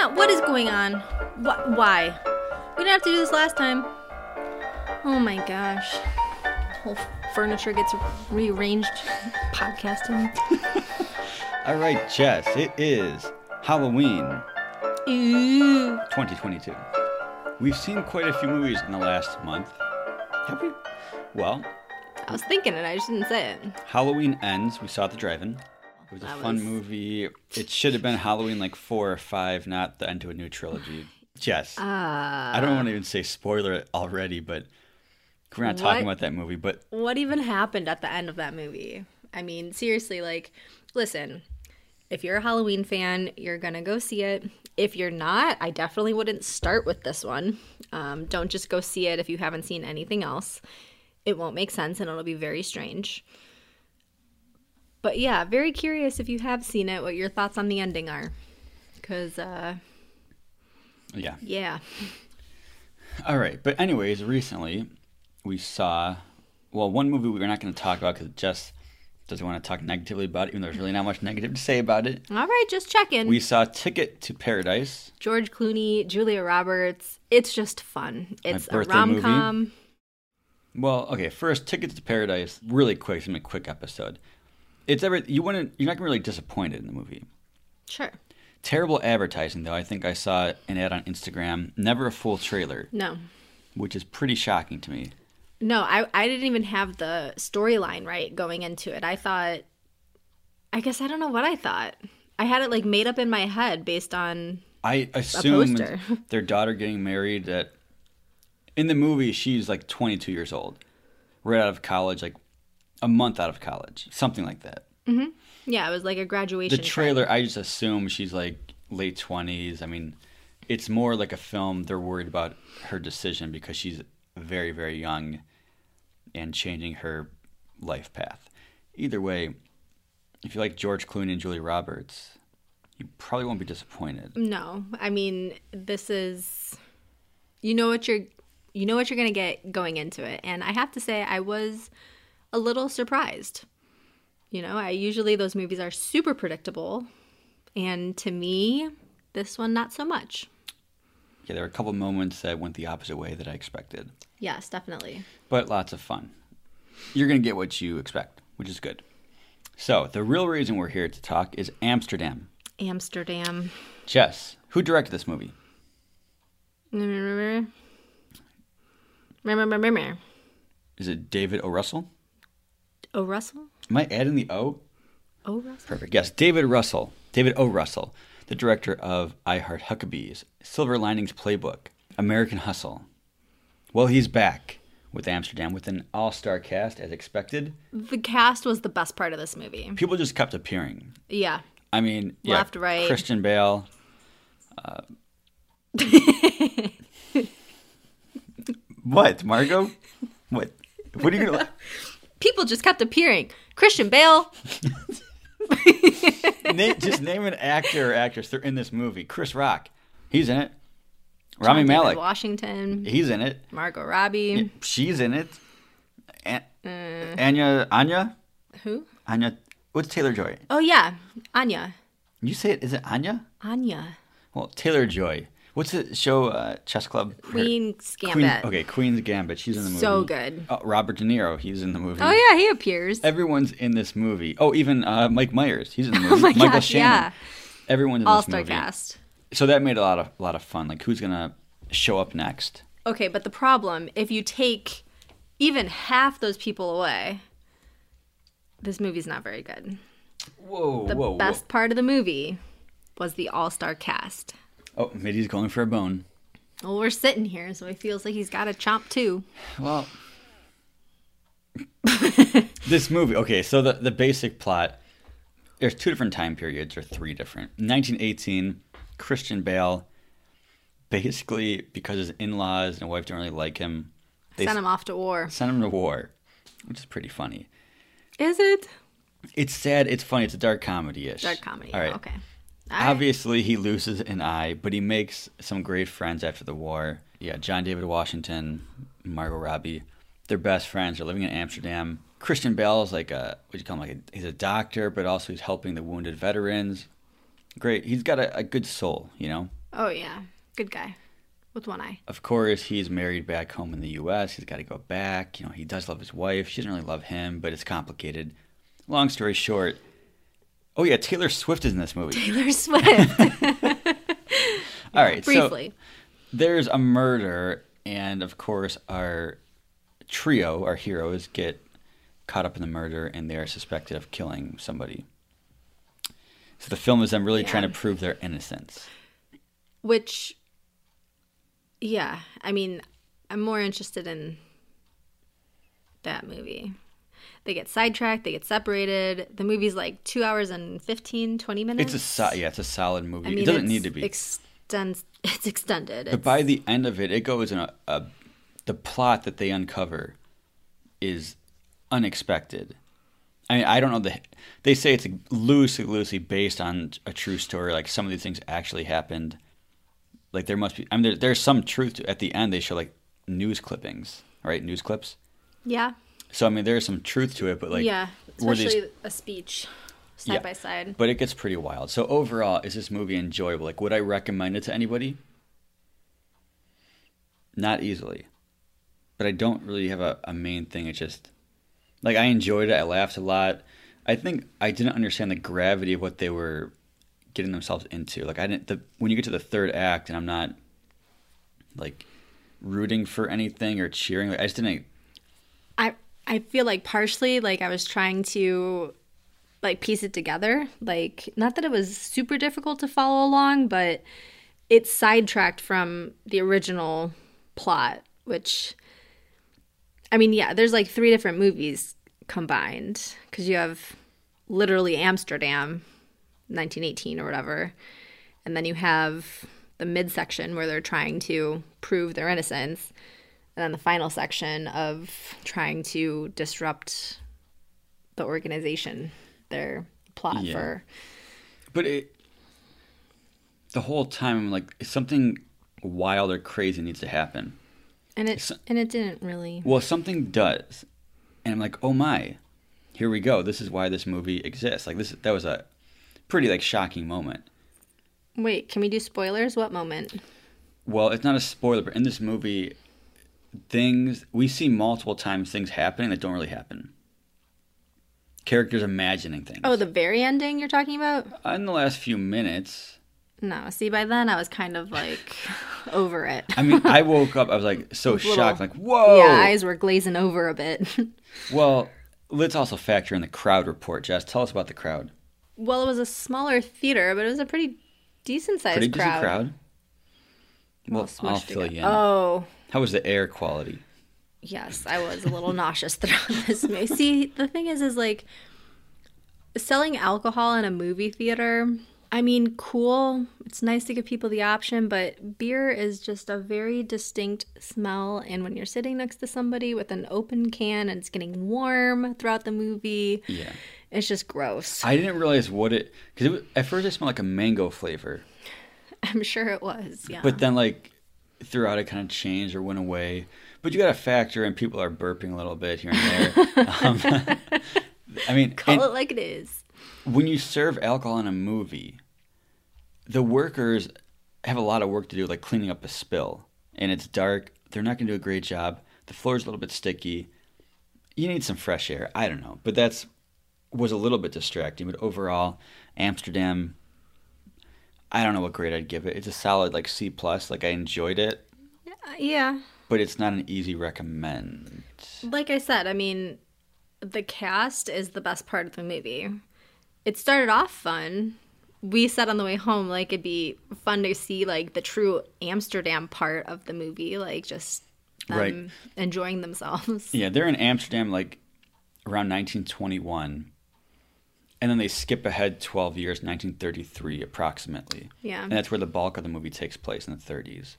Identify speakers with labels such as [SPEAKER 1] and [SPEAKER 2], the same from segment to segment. [SPEAKER 1] out what is going on. Wh- why? We didn't have to do this last time. Oh my gosh. Whole furniture gets rearranged. Podcasting.
[SPEAKER 2] All right, Jess, it is Halloween
[SPEAKER 1] Ooh.
[SPEAKER 2] 2022. We've seen quite a few movies in the last month. Have we? Well,
[SPEAKER 1] I was thinking it, I just didn't say it.
[SPEAKER 2] Halloween ends. We saw the drive-in. It was a
[SPEAKER 1] That
[SPEAKER 2] fun
[SPEAKER 1] was-
[SPEAKER 2] movie. It should have been Halloween like four or five, not the end to a new trilogy. Jess, I
[SPEAKER 1] Uh.
[SPEAKER 2] don't want to even say spoiler already, but we're not talking
[SPEAKER 1] What?
[SPEAKER 2] about that movie. But
[SPEAKER 1] What even happened at the end of that movie? I mean, seriously, like, listen, if you're a Halloween fan, you're gonna go see it. If you're not, I definitely wouldn't start with this one. Um, don't just go see it if you haven't seen anything else. It won't make sense and it'll be very strange. But yeah, very curious if you have seen it, what your thoughts on the ending are. Because, uh,
[SPEAKER 2] yeah,
[SPEAKER 1] yeah.
[SPEAKER 2] All right, but anyways, recently we saw well one movie we were not going to talk about because Jess doesn't want to talk negatively about it, even though there's really not much negative to say about it.
[SPEAKER 1] All right, just checking.
[SPEAKER 2] We saw Ticket to Paradise.
[SPEAKER 1] George Clooney, Julia Roberts. It's just fun. It's a
[SPEAKER 2] birthday
[SPEAKER 1] rom com.
[SPEAKER 2] Well, okay, first Ticket to Paradise. Really quick, it's gonna be a quick episode. It's every you wouldn't you're not gonna be really disappointed in the movie.
[SPEAKER 1] Sure.
[SPEAKER 2] Terrible advertising though. I think I saw an ad on Instagram. Never a full trailer,
[SPEAKER 1] No.
[SPEAKER 2] which is pretty shocking to me.
[SPEAKER 1] No, I, I didn't even have the storyline right going into it. I thought, I guess I don't know what I thought. I had it like made up in my head based on,
[SPEAKER 2] I assume
[SPEAKER 1] poster.
[SPEAKER 2] their daughter getting married that in the movie she's like 22 years old, right out of college, like a month out of college, something like that.
[SPEAKER 1] yeah, it was like a graduation.
[SPEAKER 2] The trailer, I just assume she's like late 20s. I mean, it's more like a film they're worried about her decision because she's very very young and changing her life path. Either way, if you like George Clooney and Julie Roberts, you probably won't be disappointed.
[SPEAKER 1] No, I mean this is, you know what you're, you know what you're gonna get going into it, and I have to say I was a little surprised. You know, I usually those movies are super predictable, and to me, this one not so much.
[SPEAKER 2] Yeah, there were a couple moments that went the opposite way that I expected,
[SPEAKER 1] Yes, definitely.
[SPEAKER 2] but lots of fun. You're going to get what you expect, which is good. So, the real reason we're here to talk is Amsterdam.
[SPEAKER 1] Amsterdam.
[SPEAKER 2] Jess, who directed this movie?
[SPEAKER 1] Oh, Remember, remember, remember.
[SPEAKER 2] Is it David O. Russell?
[SPEAKER 1] Oh, Russell.
[SPEAKER 2] Am I adding the O?
[SPEAKER 1] Oh, Russell.
[SPEAKER 2] Perfect. Yes, David Russell. David O. Russell, the director of I Heart Huckabees, Silver Linings Playbook, American Hustle. Well, he's back with Amsterdam with an all star cast as expected.
[SPEAKER 1] The cast was the best part of this movie.
[SPEAKER 2] People just kept appearing.
[SPEAKER 1] Yeah.
[SPEAKER 2] I mean, yeah,
[SPEAKER 1] Left, right.
[SPEAKER 2] Christian Bale. Uh, what, Margot? What? What are you gonna?
[SPEAKER 1] People just kept appearing. Christian Bale,
[SPEAKER 2] name, just name an actor or actress they're in this movie. Chris Rock, he's in it. Rami
[SPEAKER 1] David
[SPEAKER 2] Malek,
[SPEAKER 1] Washington,
[SPEAKER 2] he's in it.
[SPEAKER 1] Margot Robbie.
[SPEAKER 2] She's in it. An-
[SPEAKER 1] Mm.
[SPEAKER 2] Anya, Anya,
[SPEAKER 1] Who?
[SPEAKER 2] Anya. What's Taylor Joy?
[SPEAKER 1] Oh yeah, Anya.
[SPEAKER 2] You say it? Is it Anya?
[SPEAKER 1] Anya.
[SPEAKER 2] Well, Taylor Joy. What's the show? Uh, Chess Club. Her-
[SPEAKER 1] Queen
[SPEAKER 2] Queen-
[SPEAKER 1] Scambit.
[SPEAKER 2] okay, Queen's Gambit. She's in the movie.
[SPEAKER 1] So good.
[SPEAKER 2] Oh, Robert De Niro, he's in the movie.
[SPEAKER 1] Oh yeah, he appears.
[SPEAKER 2] Everyone's in this movie. Oh, even uh, Mike Myers, he's in the movie.
[SPEAKER 1] Oh my
[SPEAKER 2] Michael
[SPEAKER 1] gosh, yeah.
[SPEAKER 2] Shannon. Everyone's in
[SPEAKER 1] All
[SPEAKER 2] this
[SPEAKER 1] star
[SPEAKER 2] movie.
[SPEAKER 1] cast.
[SPEAKER 2] So that made a lot of lot of fun. Like who's gonna show up next?
[SPEAKER 1] Okay, but the problem if you take even half those people away, this movie's not very good.
[SPEAKER 2] Whoa,
[SPEAKER 1] The
[SPEAKER 2] whoa,
[SPEAKER 1] best part of the movie was the all star cast.
[SPEAKER 2] whoa. Oh, Middy's going for a bone.
[SPEAKER 1] Well, we're sitting here, so he feels like he's got a chomp too.
[SPEAKER 2] Well, this movie. Okay, so the the basic plot. There's two different time periods, or three different. 1918, Christian Bale, basically because his in-laws and wife don't really like him, they
[SPEAKER 1] Sent him off to war.
[SPEAKER 2] sent him to war, which is pretty funny.
[SPEAKER 1] Is it?
[SPEAKER 2] It's sad. It's funny. It's a dark comedy ish.
[SPEAKER 1] Dark comedy.
[SPEAKER 2] All right.
[SPEAKER 1] Okay.
[SPEAKER 2] Obviously, he loses an eye, but he makes some great friends after the war. Yeah, John David Washington, Margot Robbie, they're best friends. They're living in Amsterdam. Christian Bale is like a what do you call him? Like a, he's a doctor, but also he's helping the wounded veterans. Great. He's got a, a good soul, you know.
[SPEAKER 1] Oh yeah, good guy with one eye.
[SPEAKER 2] Of course, he's married back home in the U.S. He's got to go back. You know, he does love his wife. She doesn't really love him, but it's complicated. Long story short. Oh yeah, Taylor Swift is in this movie.
[SPEAKER 1] Taylor Swift.
[SPEAKER 2] All right, so
[SPEAKER 1] Briefly.
[SPEAKER 2] there's a murder, and of course, our trio, our heroes, get caught up in the murder and they are suspected of killing somebody. So the film is them really
[SPEAKER 1] Yeah.
[SPEAKER 2] trying to prove their innocence.
[SPEAKER 1] Which, yeah, I mean, I'm more interested in that movie. They get sidetracked, they get separated. The movie's like two hours and 15, 20 minutes.
[SPEAKER 2] It's a so- yeah, it's a solid movie.
[SPEAKER 1] I mean,
[SPEAKER 2] it doesn't
[SPEAKER 1] it's
[SPEAKER 2] need to be.
[SPEAKER 1] Extends, it's extended.
[SPEAKER 2] But
[SPEAKER 1] It's,
[SPEAKER 2] by the end of it, it goes in a, a the plot that they uncover is unexpected. I mean, I don't know the. They say it's loosely, loosely based on a true story. Like some of these things actually happened. Like there must be. I mean, there, there's some truth to. At the end, they show like news clippings, right? News clips.
[SPEAKER 1] yeah.
[SPEAKER 2] So I mean, there's some truth to it, but like,
[SPEAKER 1] yeah.
[SPEAKER 2] were these-
[SPEAKER 1] Especially a speech side
[SPEAKER 2] Yeah.
[SPEAKER 1] by side.
[SPEAKER 2] but it gets pretty wild. So overall, is this movie enjoyable? Like, would I recommend it to anybody? Not easily. But I don't really have a, a main thing. It's just like I enjoyed it. I laughed a lot. I think I didn't understand the gravity of what they were getting themselves into. Like I didn't. The, when you get to the third act, and I'm not like rooting for anything or cheering. Like I just didn't.
[SPEAKER 1] I I feel like partially like I was trying to like piece it together. Like not that it was super difficult to follow along, but it sidetracked from the original plot, which I mean, yeah, there's like three different movies combined cuz you have literally Amsterdam 1918 or whatever. And then you have the midsection where they're trying to prove their innocence. And then the final section of trying to disrupt the organization, their plot
[SPEAKER 2] Yeah.
[SPEAKER 1] for.
[SPEAKER 2] But it, the whole time, I'm like, something wild or crazy needs to happen.
[SPEAKER 1] And it, and it didn't really.
[SPEAKER 2] Well, something does, and I'm like, oh my, here we go. This is why this movie exists. Like this, that was a pretty like shocking moment.
[SPEAKER 1] Wait, can we do spoilers? What moment?
[SPEAKER 2] Well, it's not a spoiler, but in this movie, things we see multiple times things happening that don't really happen. Characters imagining things.
[SPEAKER 1] Oh, the very ending you're talking about?
[SPEAKER 2] in the last few minutes,
[SPEAKER 1] No. See, by then I was kind of like over it.
[SPEAKER 2] I mean, I woke up. I was like so
[SPEAKER 1] Little-
[SPEAKER 2] shocked, like whoa.
[SPEAKER 1] Yeah, eyes were glazing over a bit.
[SPEAKER 2] Well, let's also factor in the crowd report. Jess, tell us about the crowd.
[SPEAKER 1] well, it was a smaller theater, but it was a pretty decent sized
[SPEAKER 2] Pretty busy
[SPEAKER 1] crowd.
[SPEAKER 2] crowd. Well,
[SPEAKER 1] All
[SPEAKER 2] I'll
[SPEAKER 1] smushed
[SPEAKER 2] fill
[SPEAKER 1] together.
[SPEAKER 2] you in.
[SPEAKER 1] Oh,
[SPEAKER 2] How was the air quality?
[SPEAKER 1] yes, I was a little nauseous throughout this movie. See, the thing is, is like selling alcohol in a movie theater. I mean, cool. It's nice to give people the option, but beer is just a very distinct smell. And when you're sitting next to somebody with an open can and it's getting warm throughout the movie,
[SPEAKER 2] Yeah.
[SPEAKER 1] it's just gross.
[SPEAKER 2] I didn't realize what it because at first it smelled like a mango flavor,
[SPEAKER 1] I'm sure it was. Yeah.
[SPEAKER 2] but then like throughout it kind of changed or went away. But you got to factor in people are burping a little bit here and there. um, I mean,
[SPEAKER 1] Call
[SPEAKER 2] and
[SPEAKER 1] it like it is.
[SPEAKER 2] when you serve alcohol in a movie, the workers have a lot of work to do, like cleaning up a spill, and it's dark. They're not going to do a great job. The floor's a little bit sticky. You need some fresh air. I don't know, but that's was a little bit distracting. But overall, Amsterdam. I don't know what grade I'd give it. It's a solid like C plus. Like I enjoyed it,
[SPEAKER 1] Uh, yeah.
[SPEAKER 2] but it's not an easy recommend.
[SPEAKER 1] Like I said, I mean, the cast is the best part of the movie. It started off fun. We said on the way home, like, it'd be fun to see, like, the true Amsterdam part of the movie, like, just them
[SPEAKER 2] Right.
[SPEAKER 1] enjoying themselves.
[SPEAKER 2] Yeah, they're in Amsterdam like around 1921. And then they skip ahead 12 years, 1933 approximately.
[SPEAKER 1] Yeah.
[SPEAKER 2] And that's where the bulk of the movie takes place in the 30s.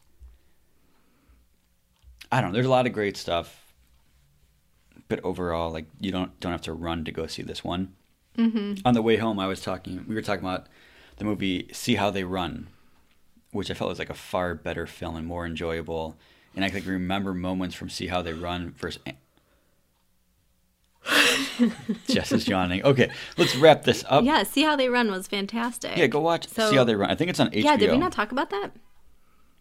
[SPEAKER 2] I don't know, there's a lot of great stuff. But overall, like you don't don't have to run to go see this one. Mm-hmm. On the way home, I was talking. We were talking about the movie "See How They Run," which I felt was like a far better film and more enjoyable. And I could remember moments from "See How They Run" versus Jess is yawning. Okay, let's wrap this up. Yeah,
[SPEAKER 1] yeah, see how they run was fantastic.
[SPEAKER 2] go watch.
[SPEAKER 1] So-
[SPEAKER 2] see how they run. I think it's on HBO.
[SPEAKER 1] Yeah, did we not talk about that?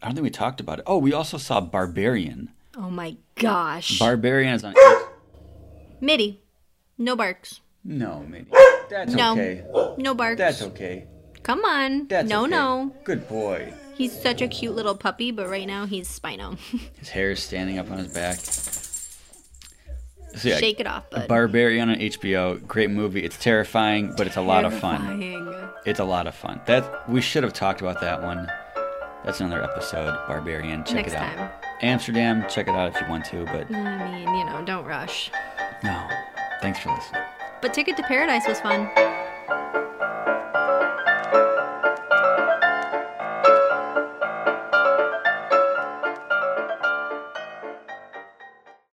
[SPEAKER 2] I don't think we talked about it. Oh, we also saw Barbarian.
[SPEAKER 1] Oh my gosh.
[SPEAKER 2] Barbarian is on.
[SPEAKER 1] Mitty. No barks.
[SPEAKER 2] no, maybe. That's
[SPEAKER 1] No.
[SPEAKER 2] okay.
[SPEAKER 1] No barks.
[SPEAKER 2] That's okay.
[SPEAKER 1] Come on.
[SPEAKER 2] That's
[SPEAKER 1] no,
[SPEAKER 2] okay.
[SPEAKER 1] no.
[SPEAKER 2] Good boy.
[SPEAKER 1] He's such a cute little puppy, but right now he's Spino.
[SPEAKER 2] His hair is standing up on his back. So yeah,
[SPEAKER 1] Shake it off, bud.
[SPEAKER 2] Barbarian on HBO. Great movie. It's terrifying, but it's a lot of fun.
[SPEAKER 1] Terrifying.
[SPEAKER 2] It's a lot of fun. That we should have talked about that one. That's another episode. Barbarian. Check
[SPEAKER 1] Next
[SPEAKER 2] it out.
[SPEAKER 1] time.
[SPEAKER 2] Amsterdam. Check it out if you want to. But
[SPEAKER 1] I mean, you know, don't rush.
[SPEAKER 2] no. Thanks for listening.
[SPEAKER 1] But Ticket to Paradise was fun.